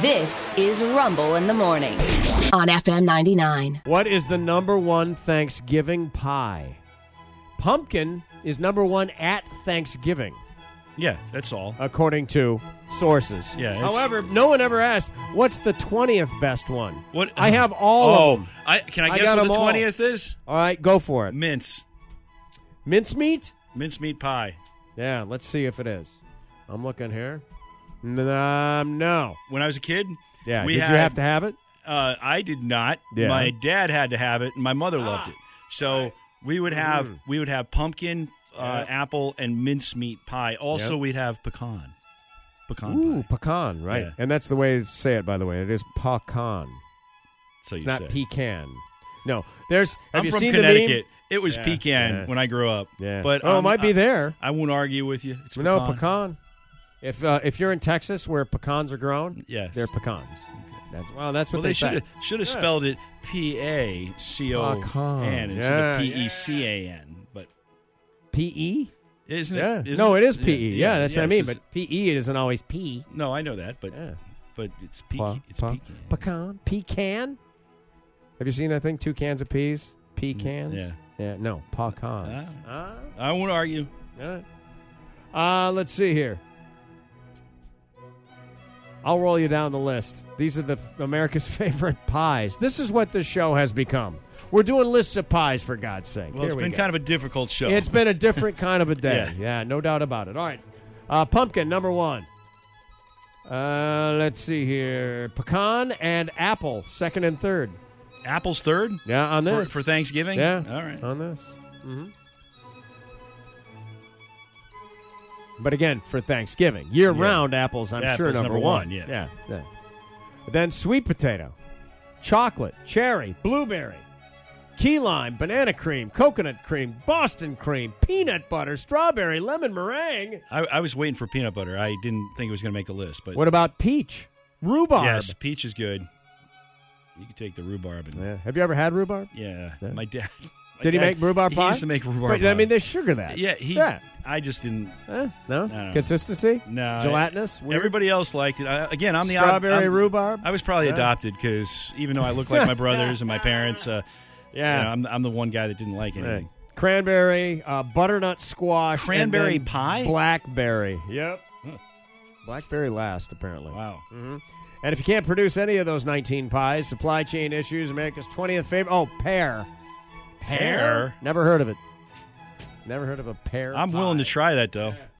This is Rumble in the Morning on FM 99. What is the number one Thanksgiving pie? Pumpkin is number one at Thanksgiving, Yeah, that's all. according to sources. Yeah, it's- However, no one ever asked what's the twentieth best one. What I have all oh, of them. I can I I guess got what 'em the all. twentieth is? All right, go for it. Mince, Mincemeat. mincemeat pie. Yeah, let's see if it is. I'm looking here. N- Um, no. When I was a kid, Yeah. we did had, you have to have it? Uh, I did not. Yeah. My dad had to have it, and my mother loved it. So we would have Mm. we would have pumpkin, uh, apple, and mincemeat pie. Also, Yep. we'd have pecan, pecan Ooh, pie. pecan, right? Yeah. And that's the way to say it, by the way. It is pecan. So you It's not say. pecan. No, there's. Have I'm you from seen the meme? Connecticut. It was Yeah, pecan yeah. when I grew up. Yeah. But oh, it um, might be I- there. I won't argue with you. It's No, pecan. If uh, if you're in Texas where pecans are grown, Yes. they're pecans. That's, well, that's what Well, they should say. have should have spelled it P A C O Pecan. N instead of Yeah, P E C A N. But P.E. isn't E? Yeah. it? isn't no, it is P.E. Yeah, that's what I yes, mean. it's- But P.E. isn't always P. no, I know that. But Yeah. but it's Pa- pecan. It's E pa- pecan. pecan. Pecan. Have you seen that thing? Two cans of peas. Pecans. yeah. Yeah. No. Pecans. Ah. Ah. I won't argue. All right. Uh, let's see here. I'll roll you down the list. These are the America's favorite pies. This is what this show has become. We're doing lists of pies for God's sake. Well, it's been kind of a difficult show. It's been a different kind of a day. yeah. no doubt about it. All right. Uh, pumpkin number 1. Uh, let's see here. Pecan and apple second and third. apples third Yeah, on for, this. for Thanksgiving. Yeah. All right. On this. hmm But again, for Thanksgiving, year-round apples, I'm Yeah, sure apples number, number one. one, yeah. yeah, yeah. Then sweet potato, chocolate, cherry, blueberry, key lime, banana cream, coconut cream, Boston cream, peanut butter, strawberry, lemon meringue. I, I was waiting for peanut butter. I didn't think it was going to make the list, but What about peach, rhubarb? yes, peach is good. You can take the rhubarb and Yeah. Have you ever had rhubarb? yeah. Yeah. My dad. my Did he dad- make rhubarb he pie? used to make rhubarb. Wait, pie. I mean, they sugar that. Yeah, he. Yeah. I just didn't. Eh, no? No. consistency. No, gelatinous. Weird? Everybody else liked it. I, again, I'm the odd- strawberry I'm- rhubarb. I was probably Yeah. adopted 'cause adopted because even though I look like my brothers and my parents, uh, Yeah. you know, I'm, I'm the one guy that didn't like Yeah. anything. Cranberry, uh, butternut squash, and Cranberry then pie? blackberry. Yep. Blackberry last, apparently. Wow. And if you can't produce any of those 19 pies, supply chain issues, America's 20th favorite. Oh, pear. Pear? Never heard of it. Never heard of a pear. I'm willing to pie. try that though.